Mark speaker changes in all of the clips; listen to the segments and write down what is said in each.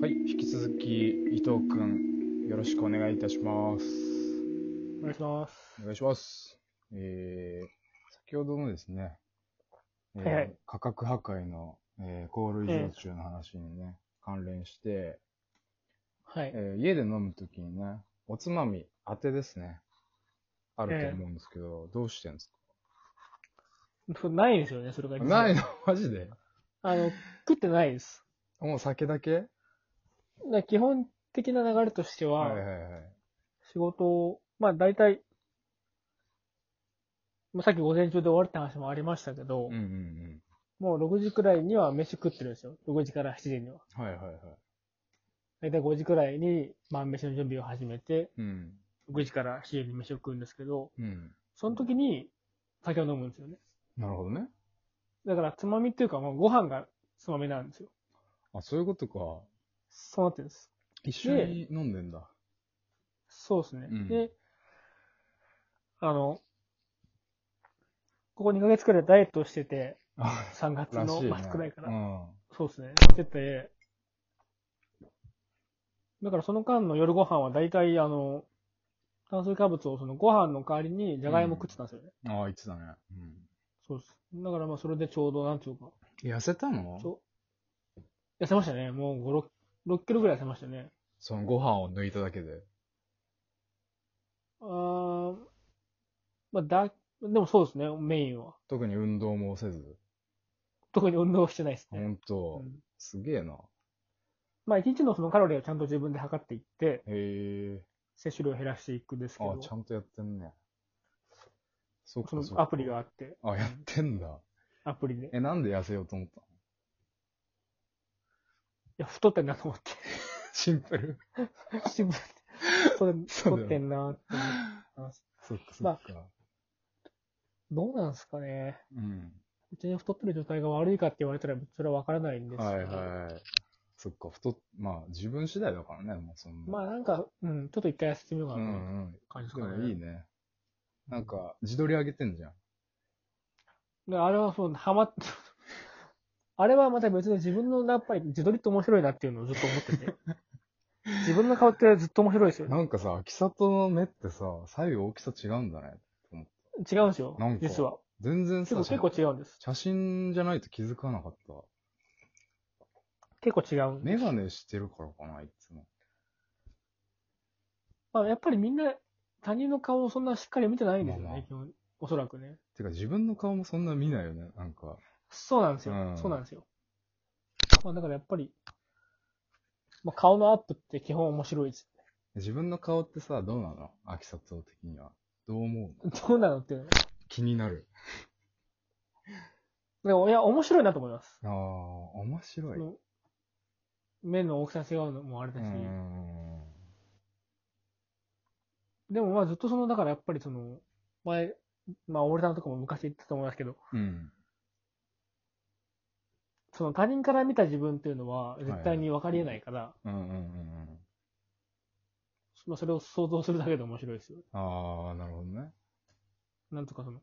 Speaker 1: はい、引き続き伊藤くん、よろしくお願いいたします。
Speaker 2: お願いします。
Speaker 1: お願いします。えー、先ほどのですね、えー
Speaker 2: はいはい
Speaker 1: 価格破壊の、えー、コール異常中の話にね、関連して、
Speaker 2: はい。
Speaker 1: えー家で飲むときにね、おつまみ、当てですね、あると思うんですけど、どうしてんです
Speaker 2: そうないんですよね、それが
Speaker 1: か
Speaker 2: 実は。
Speaker 1: ないの マジで
Speaker 2: あの、食ってないです。
Speaker 1: もう酒だけ
Speaker 2: だから基本的な流れとして
Speaker 1: はい
Speaker 2: は、
Speaker 1: はいはい。
Speaker 2: 仕事を、まあ大体、まあ、さっき午前中で終わるって話もありましたけど、
Speaker 1: うんうん
Speaker 2: もう6時くらいには飯食ってるんですよ。6時から7時には。
Speaker 1: うん。はいはいはい。
Speaker 2: 大体5時くらいに晩飯の準備を始めて、
Speaker 1: うん。
Speaker 2: 6時から7時に飯を食うんですけど、
Speaker 1: うん。
Speaker 2: その時に酒を飲むんですよね。
Speaker 1: なるほどね。
Speaker 2: だからつまみっていうか、まあ、ご飯がつまみなんですよ。
Speaker 1: あ、そういうことか。
Speaker 2: そうなってるんです。
Speaker 1: 一緒に飲んでんだ。
Speaker 2: そうですね。
Speaker 1: うん
Speaker 2: で、あの、ここ2ヶ月くらいダイエットをしてて、
Speaker 1: あ
Speaker 2: 3月
Speaker 1: らし
Speaker 2: の
Speaker 1: いね。
Speaker 2: 末くらいから。
Speaker 1: うん。
Speaker 2: そうですね。してて、だからその間の夜ご飯は大体、あの、炭水化物をそのご飯の代わりにじゃがいも食ってたんですよね。
Speaker 1: ああ、言ってたね。
Speaker 2: そうです。だからまあそれでちょうど、なんていうか、
Speaker 1: うん。痩せたの
Speaker 2: ちょ痩せましたね。もう5、6、6キロぐらい痩せましたね。
Speaker 1: そのご飯を抜いただけで。
Speaker 2: あーまあだ、でもそうですね、メインは。
Speaker 1: 特に運動もせず。
Speaker 2: 特に運動してないです
Speaker 1: ほ
Speaker 2: ね。
Speaker 1: んと
Speaker 2: う、ん
Speaker 1: すげえな。
Speaker 2: まあ、一日のそのカロリーをちゃんと自分で測っていって、
Speaker 1: へえ。
Speaker 2: 摂取量を減らしていくんですけ
Speaker 1: あ
Speaker 2: ど
Speaker 1: あ、、ちゃんとやってんね。そっか
Speaker 2: そ
Speaker 1: そっ
Speaker 2: の
Speaker 1: か。
Speaker 2: アプリがあって、
Speaker 1: あ、やってんだ。
Speaker 2: アプリで。い
Speaker 1: え、なんで痩せようと思ったの
Speaker 2: や、太ってんなと思って。
Speaker 1: シンプル。
Speaker 2: 自分で太っ
Speaker 1: そうだよ
Speaker 2: 太
Speaker 1: ね
Speaker 2: ってんなって思ってます。
Speaker 1: そっかそ
Speaker 2: ま
Speaker 1: っ
Speaker 2: あ
Speaker 1: か。
Speaker 2: どうなんですかね。
Speaker 1: うん。
Speaker 2: 別に太ってる状態が悪いかって言われたら、それはわからないんですけど
Speaker 1: はいはい。そっか、太っ、まあ自分次第だからね、もうそんな。
Speaker 2: まあ、なんか、うん、ちょっと一回痩せてみようか
Speaker 1: う
Speaker 2: なと
Speaker 1: ん
Speaker 2: いう
Speaker 1: うん。
Speaker 2: 感じです
Speaker 1: で
Speaker 2: か
Speaker 1: も
Speaker 2: ね。
Speaker 1: いいね。なんか、自撮り上げてんじゃん。
Speaker 2: であれはそう、ハマっ あれはまた別に自分のやっぱり自撮りって面白いなっていうのをずっと思っ てて。自分の顔ってずっと面白いですよね。
Speaker 1: なんかさ、秋里の目ってさ、左右大きさ違うんだね。
Speaker 2: 違うんですよ
Speaker 1: なんか。
Speaker 2: 実は。
Speaker 1: 全然
Speaker 2: 結
Speaker 1: さ、
Speaker 2: 構結構違うんです。
Speaker 1: 写真じゃないと気づかなかった。
Speaker 2: 結構違うんで
Speaker 1: メガネしてるからかな、いつも。
Speaker 2: まあ、やっぱりみんな他人の顔をそんなしっかり見てないんですよ
Speaker 1: まあまあ
Speaker 2: ね、基本。おそらくね。
Speaker 1: てか自分の顔もそんな見ないよね、なんか。
Speaker 2: そうなんですよ。
Speaker 1: うん
Speaker 2: そうなんですよ。まあだからやっぱり、まあ、顔のアップって基本面白いです。
Speaker 1: 自分の顔ってさ、どうなの秋里的には。どう思うの
Speaker 2: どうなのっていうの。
Speaker 1: 気になる。
Speaker 2: でも、いや、面白いなと思います。
Speaker 1: あー、面白い。
Speaker 2: そうの目の大きさ違うのもあれだ
Speaker 1: ー
Speaker 2: し。
Speaker 1: ん。
Speaker 2: でもまあずっとその、だからやっぱりその、前、まあ俺さんとかも昔言ってたと思いますけど、
Speaker 1: うん。
Speaker 2: その他人から見た自分っていうのは絶対に分かりえないから、
Speaker 1: うんうんうんうん。
Speaker 2: まあ、それを想像するだけで面白いですよ。
Speaker 1: あー、なるほどね。
Speaker 2: なんとかその、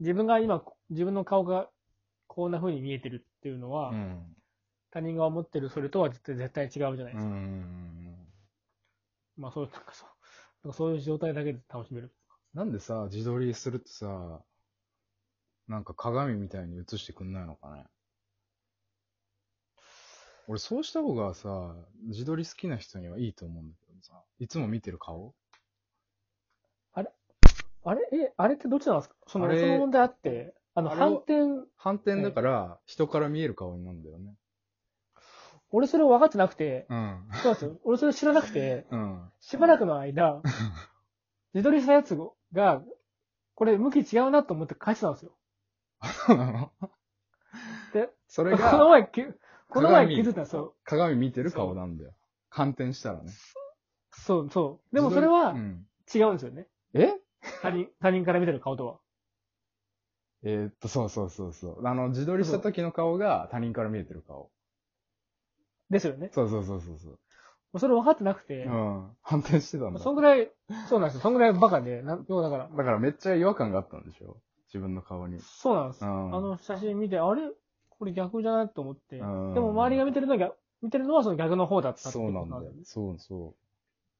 Speaker 2: 自分が今、自分の顔がこんな風に見えてるっていうのは、
Speaker 1: うん。
Speaker 2: 他人が思ってるそれとは絶対絶対違うじゃないで
Speaker 1: うんう
Speaker 2: す
Speaker 1: ん
Speaker 2: か。
Speaker 1: うん。
Speaker 2: まあそういう、なんかそう、なんかそういう状態だけで楽しめる。
Speaker 1: なんでさ、自撮りするとさ、なんか鏡みたいに映してくんないのかね。俺、そうした方がさ、自撮り好きな人にはいいと思うんだけどさ、いつも見てる顔
Speaker 2: あれえ、あれってどっちなんですかそ
Speaker 1: あ
Speaker 2: の、
Speaker 1: れ
Speaker 2: その問題あって、あの、
Speaker 1: あれ
Speaker 2: 反
Speaker 1: を
Speaker 2: 転、
Speaker 1: 反転だから、人から見える顔になるんだよね。
Speaker 2: 俺それ分かってなくて、
Speaker 1: うん。
Speaker 2: そうなんですよ。俺それ知らなくて、
Speaker 1: うん。
Speaker 2: しばらくの間、自撮りしたやつが、これ向き違うなと思って返してたんですよ。で、
Speaker 1: そ
Speaker 2: こ
Speaker 1: れ
Speaker 2: の
Speaker 1: が、
Speaker 2: 前きゅ、この前気づいたんですよ。
Speaker 1: 鏡見てる顔なんだよ。反転したらね。
Speaker 2: そうそう。でもそれは
Speaker 1: 自撮りうん
Speaker 2: 違うんですよね。
Speaker 1: え
Speaker 2: 他人、他人から見てる顔とは。
Speaker 1: えーっと、そうそうそうそう。あの、自撮りした時の顔が他人から見えてる顔。
Speaker 2: ですよね。
Speaker 1: そうそうそうそうそう。
Speaker 2: それ分かってなくて
Speaker 1: う、ん。反転してたんだ。
Speaker 2: そんぐらい、そうなんですよ。そんぐらいバカで、なん、要はだか
Speaker 1: だ
Speaker 2: ら、
Speaker 1: からめっちゃ違和感があったんでしょ自分の顔に。
Speaker 2: そうなんです。
Speaker 1: う
Speaker 2: あ
Speaker 1: ん
Speaker 2: の写真見て、あれこれ逆じゃないと思って。
Speaker 1: で
Speaker 2: でも周りが見てるのが見てるのはその逆の方だったって
Speaker 1: そ
Speaker 2: こ
Speaker 1: う
Speaker 2: と
Speaker 1: な
Speaker 2: なん
Speaker 1: んだ
Speaker 2: だ
Speaker 1: よ
Speaker 2: よね。。
Speaker 1: そうそ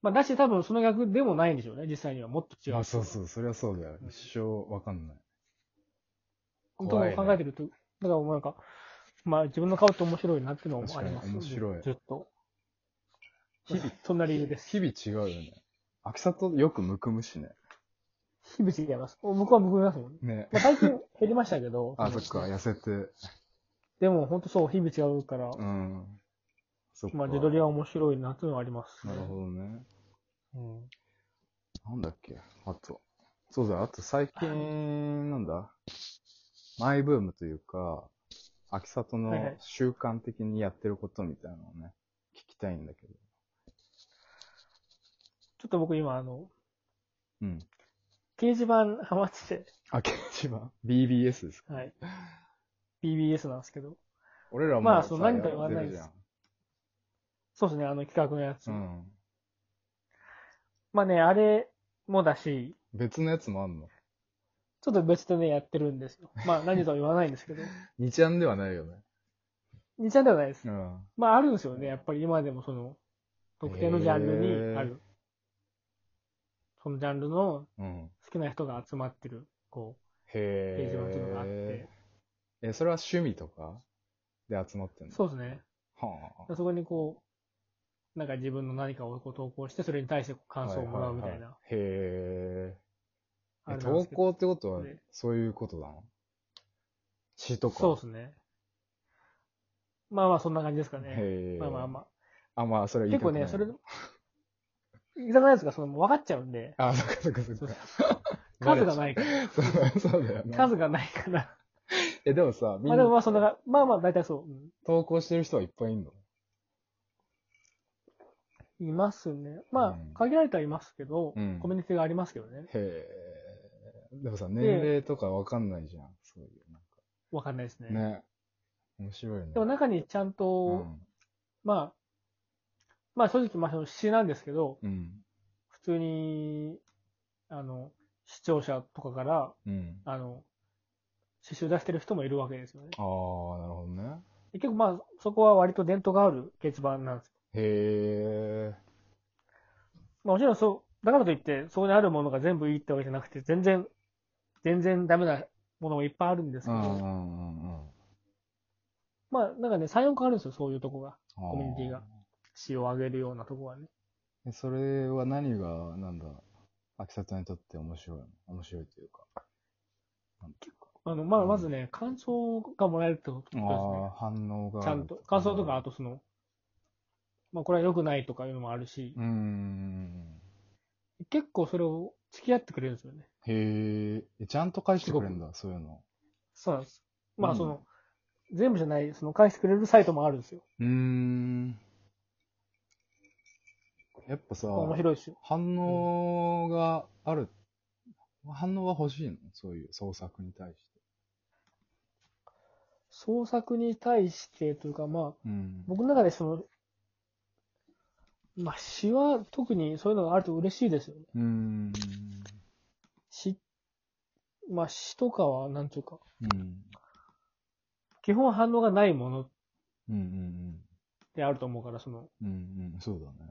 Speaker 2: まあ、だし多分その逆でもないんでしょうね、実際には。もっ
Speaker 1: う。
Speaker 2: と違う。
Speaker 1: まあそうそう、そりゃそうだよ
Speaker 2: う。ん
Speaker 1: 一生わかんない。
Speaker 2: と
Speaker 1: 怖いね
Speaker 2: 考えてると、だからもうなんか、まあ自分の顔って面白いなっていうのも
Speaker 1: 確
Speaker 2: あ
Speaker 1: か
Speaker 2: り
Speaker 1: に
Speaker 2: ます
Speaker 1: 面白い
Speaker 2: ずっと。
Speaker 1: 日々
Speaker 2: そんな理由です。
Speaker 1: 日々違うよね。秋里よくむくむしね。
Speaker 2: 日々違います。僕は僕いますもんね。
Speaker 1: ね。。
Speaker 2: まあ、最近減りましたけど
Speaker 1: あ、そっか、痩せて。
Speaker 2: でも本当そう、日々違うから、
Speaker 1: うん。そっか。
Speaker 2: まあ自撮りは面白いなっていうのはあります、
Speaker 1: なるほどね。
Speaker 2: ど。うん。
Speaker 1: なんだっけあと。そうだ、あと最近、なんだマイブームというか、秋里
Speaker 2: はいは
Speaker 1: の
Speaker 2: い
Speaker 1: 習慣的にやってることみたいなのをね、聞きたいんだけど。
Speaker 2: ちょっと僕今、あの、
Speaker 1: うん。
Speaker 2: 掲示板 ハマってて、
Speaker 1: あ、掲示板 ?BBS ですか
Speaker 2: はい。BBS なんですけど。
Speaker 1: 俺らも
Speaker 2: まあそう
Speaker 1: さ
Speaker 2: 何か言わない
Speaker 1: やってるじゃん
Speaker 2: そうですね、あの企画のや
Speaker 1: う
Speaker 2: つ。
Speaker 1: ん。
Speaker 2: まあね、あれもだし、
Speaker 1: 別のやつもあんの
Speaker 2: ちょっと別でね、やってるんですよ。まあ何とは言わないんですけど。
Speaker 1: ?2 ちゃんではないよね。
Speaker 2: 日ちゃんではないです
Speaker 1: う。ん。
Speaker 2: まああるんですよね、やっぱり今でもその、特定のジャンルにある。そのジャンルの
Speaker 1: うん。
Speaker 2: 好きな人が集まってる、こう、掲
Speaker 1: へ
Speaker 2: 示板っていうのがあって
Speaker 1: え。。え、それは趣味とかで集まってんの
Speaker 2: そうですね。
Speaker 1: はあ。
Speaker 2: そこにこう、なんか自分の何かをこう投稿して、それに対してこう感想をもらうみたいな。
Speaker 1: はははへ
Speaker 2: あ
Speaker 1: え。
Speaker 2: れ
Speaker 1: え
Speaker 2: なんで
Speaker 1: 投
Speaker 2: すけど
Speaker 1: 稿ってことは
Speaker 2: で、
Speaker 1: そういうことなの詩とか。
Speaker 2: そうですね。まあまあ、そんな感じですかね。
Speaker 1: へえ。
Speaker 2: まあまあまあ。
Speaker 1: あ。あ、まあ、それは言い
Speaker 2: 結
Speaker 1: たく
Speaker 2: 構
Speaker 1: ない
Speaker 2: ね、それ、いざないやつがその分かっちゃうんで、
Speaker 1: あ、そっかそっかそっ
Speaker 2: そう
Speaker 1: か。
Speaker 2: 数がないから。
Speaker 1: そうそうだよね。
Speaker 2: 数がないから。
Speaker 1: え、でもさ、み
Speaker 2: ま
Speaker 1: ん
Speaker 2: あでもま
Speaker 1: な
Speaker 2: あ、そんな、まあまあ、大体そううん。
Speaker 1: 投稿してる人はいっぱいいるの
Speaker 2: いますね。ま
Speaker 1: うん
Speaker 2: あ、限られてはいますけど、
Speaker 1: うん
Speaker 2: コミュニティがありますけどね。
Speaker 1: へえ。でもさ、年齢とかわかんないじゃん。そういう、
Speaker 2: わかんないですね。
Speaker 1: なんか。ね。面白いね。
Speaker 2: でも中にちゃんと、まあ、まあ正直、まあその詩なんですけど、
Speaker 1: うん。うん。
Speaker 2: 普通に、あの、視聴者とかから、
Speaker 1: うん。
Speaker 2: あの、詩集出してる人もいるわけですよね。
Speaker 1: ああ、なるほどね。
Speaker 2: で結構まあ、そこは割と伝統がある掲示板なんですよ。
Speaker 1: へえ。
Speaker 2: まあもちろんそう、だからといって、そこにあるものが全部いいってわけじゃなくて、全然、全然ダメなものもいっぱいあるんです
Speaker 1: う
Speaker 2: けど、
Speaker 1: んうんうんうん。
Speaker 2: まあなんかね、3、4個あるんですよ、そういうとこが。
Speaker 1: コ
Speaker 2: コミュニティが。詩を上げるようなとこはね。
Speaker 1: えそれは何が、なんだ、秋里にとって面白いの面白いというか。なんていうか
Speaker 2: あの、まあ
Speaker 1: うん
Speaker 2: まずね、感想がもらえるってことで
Speaker 1: あ
Speaker 2: すね。
Speaker 1: あ、反応が。
Speaker 2: ちゃんと。感想とか、あ
Speaker 1: と。
Speaker 2: とその、まあこれは良くないとかいうのもあるし
Speaker 1: う、ーん。
Speaker 2: 結構それを付き合ってくれるんですよね。
Speaker 1: へええ、ちゃんと返してくれるんだ、そういうの。
Speaker 2: そうなんです。ま
Speaker 1: う
Speaker 2: あ
Speaker 1: ん
Speaker 2: その、全部じゃない、その返してくれるサイトもあるんですよ。
Speaker 1: うーん。やっぱさ、
Speaker 2: 面白いですよ。
Speaker 1: 反応がある、反応は欲しいのそういう創作に対して。
Speaker 2: 創作に対してというか、ま
Speaker 1: う
Speaker 2: あ、
Speaker 1: ん。
Speaker 2: 僕の中でその、まあ詩は特にそういうのがあると嬉しいですよね。
Speaker 1: うーん。
Speaker 2: 詩、まあ詩とかは、なんていうか、
Speaker 1: うん。
Speaker 2: 基本反応がないもの
Speaker 1: うんうん
Speaker 2: であると思うから、その、
Speaker 1: うん。うんうん、そうだね。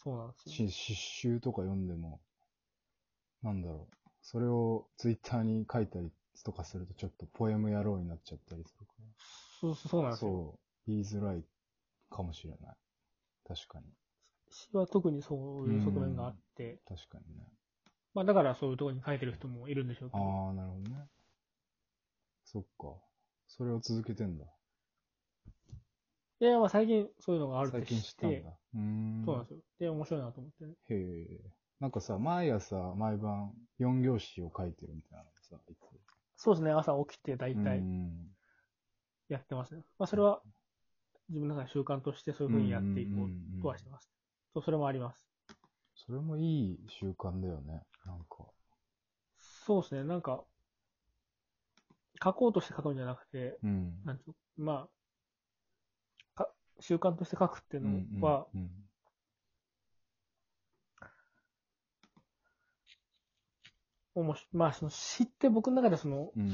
Speaker 2: そうなんですよ。
Speaker 1: し詩集とか読んでも、なんだろう。それをツイッターに書いたりとかすると、ちょっとポエム野郎になっちゃったりするか
Speaker 2: そうそうなん
Speaker 1: ら。
Speaker 2: ですよ。
Speaker 1: そう。言いづらいかもしれない。確かに。
Speaker 2: 詩は特にそういう側面があって、
Speaker 1: 確かにね。
Speaker 2: まあだからそういうところに書いてる人もいるんでしょうけど、
Speaker 1: ああ、なるほどね。そっか。それを続けてんだ。
Speaker 2: いやいやまあ最近そういうのがあるって
Speaker 1: 最
Speaker 2: 知
Speaker 1: 近
Speaker 2: っ
Speaker 1: 知ったん
Speaker 2: て、
Speaker 1: だ。うーん。
Speaker 2: そうなんですよ。で、面白いなと思ってね。
Speaker 1: へえ。なんかさ、毎朝、毎晩、4行詞を書いてるみたいなのさ、いつ
Speaker 2: そうですね、朝起きて大
Speaker 1: う
Speaker 2: 体
Speaker 1: ん
Speaker 2: やってますね。まあそれは自分の中で習慣としてそういうふうにやっていこ
Speaker 1: んんん
Speaker 2: うとはしてます。そう、それもあります。
Speaker 1: それもいい習慣だよね。なんか。
Speaker 2: そうですね、なんか、書こうとして書くんじゃなくて、
Speaker 1: うん。
Speaker 2: なんていうのまあ、か習慣として書くっていう
Speaker 1: うんうん
Speaker 2: のは、
Speaker 1: うん
Speaker 2: おもしまあその詩って僕の中でその
Speaker 1: うん。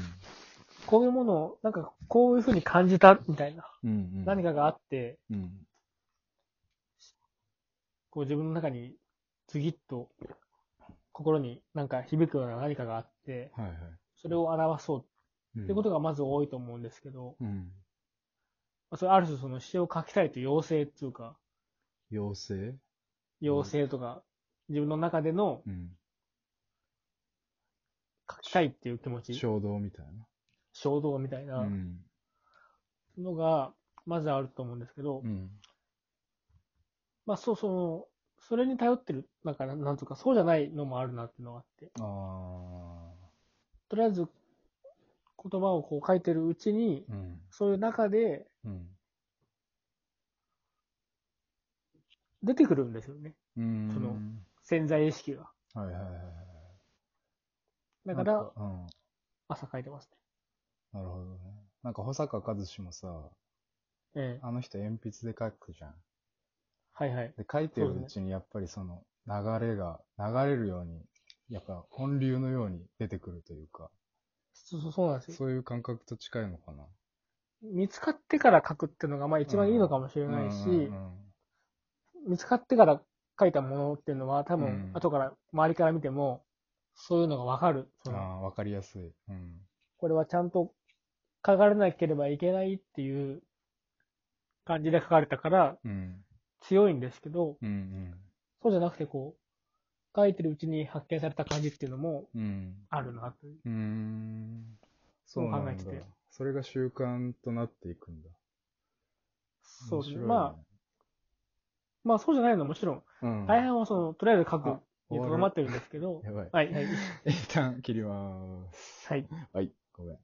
Speaker 2: こういうものを、なんかこういうふうに感じたみたいな、
Speaker 1: うんうん。
Speaker 2: 何
Speaker 1: が
Speaker 2: かがあって、
Speaker 1: うん。
Speaker 2: こう自分の中に、ずぎっと、心になんか響くような何かがあって、
Speaker 1: はいはい。
Speaker 2: それを表そう
Speaker 1: うん
Speaker 2: ってことがまず多いと思うんですけど、
Speaker 1: うん。
Speaker 2: まあそれある種その詩を書きたいという要請っていうか、
Speaker 1: 妖精
Speaker 2: 要請とか、自分の中での
Speaker 1: うん。
Speaker 2: 書きたいっていう気持ち、
Speaker 1: 衝動みたい
Speaker 2: 衝動みたい
Speaker 1: な。う。
Speaker 2: なんのが、まずあると思うんですけど、
Speaker 1: うん。
Speaker 2: まあそうその、それに頼ってる、なんか、なんとか、そうじゃないのもあるなっていうのがあって、
Speaker 1: あ
Speaker 2: とりあえず、言葉をこう書いてるうちに
Speaker 1: ー。、うん。
Speaker 2: そういう中で
Speaker 1: うん。
Speaker 2: 出てくるんですよね、
Speaker 1: うん。
Speaker 2: その潜在意識が。
Speaker 1: はいはいはいはい。
Speaker 2: だ
Speaker 1: な
Speaker 2: か
Speaker 1: ん
Speaker 2: ら、
Speaker 1: うん。
Speaker 2: 朝書いてます
Speaker 1: なるほどね。なんか、保坂和志もさ、
Speaker 2: ね。ええ。
Speaker 1: あの人鉛筆で書くじゃん。
Speaker 2: はいはい。
Speaker 1: で、書いてる
Speaker 2: そう
Speaker 1: う
Speaker 2: です
Speaker 1: ちにやっぱりその流れが、流れるように、やっぱ本流のように出てくるというか、
Speaker 2: そうそうそうなんですよ。
Speaker 1: そういう感覚と近いのかな。
Speaker 2: 見つかってから書くっていうのが、まあ一番いいのかもしれないし、
Speaker 1: うんうん
Speaker 2: 見つかってから書いたものっていうのは、多
Speaker 1: うん
Speaker 2: 分、後から、周りから見ても、そういうのがわかる。
Speaker 1: う
Speaker 2: そ
Speaker 1: ん、
Speaker 2: の
Speaker 1: ああ、わかりやすい。うん。
Speaker 2: これはちゃんと書かれなければいけないっていう感じで書かれたから
Speaker 1: うん。
Speaker 2: 強いんですけど、
Speaker 1: うんうん。
Speaker 2: そうじゃなくてこう、書いてるうちに発見された感じっていうのも
Speaker 1: うん。
Speaker 2: あるなという。
Speaker 1: うーん。そうな
Speaker 2: 考え
Speaker 1: ん
Speaker 2: て
Speaker 1: だ
Speaker 2: て。
Speaker 1: それが習慣となっていくんだ。
Speaker 2: そうです
Speaker 1: 面白
Speaker 2: ね。
Speaker 1: い
Speaker 2: まあ、まあそうじゃないのはもちろん、
Speaker 1: あ、うん。
Speaker 2: 大半はその、とりあえず書く
Speaker 1: あ
Speaker 2: にとどまってるんですけど、
Speaker 1: やばい。
Speaker 2: はい、はい、
Speaker 1: 一旦切りまーす。
Speaker 2: はい。
Speaker 1: はい、ごめん。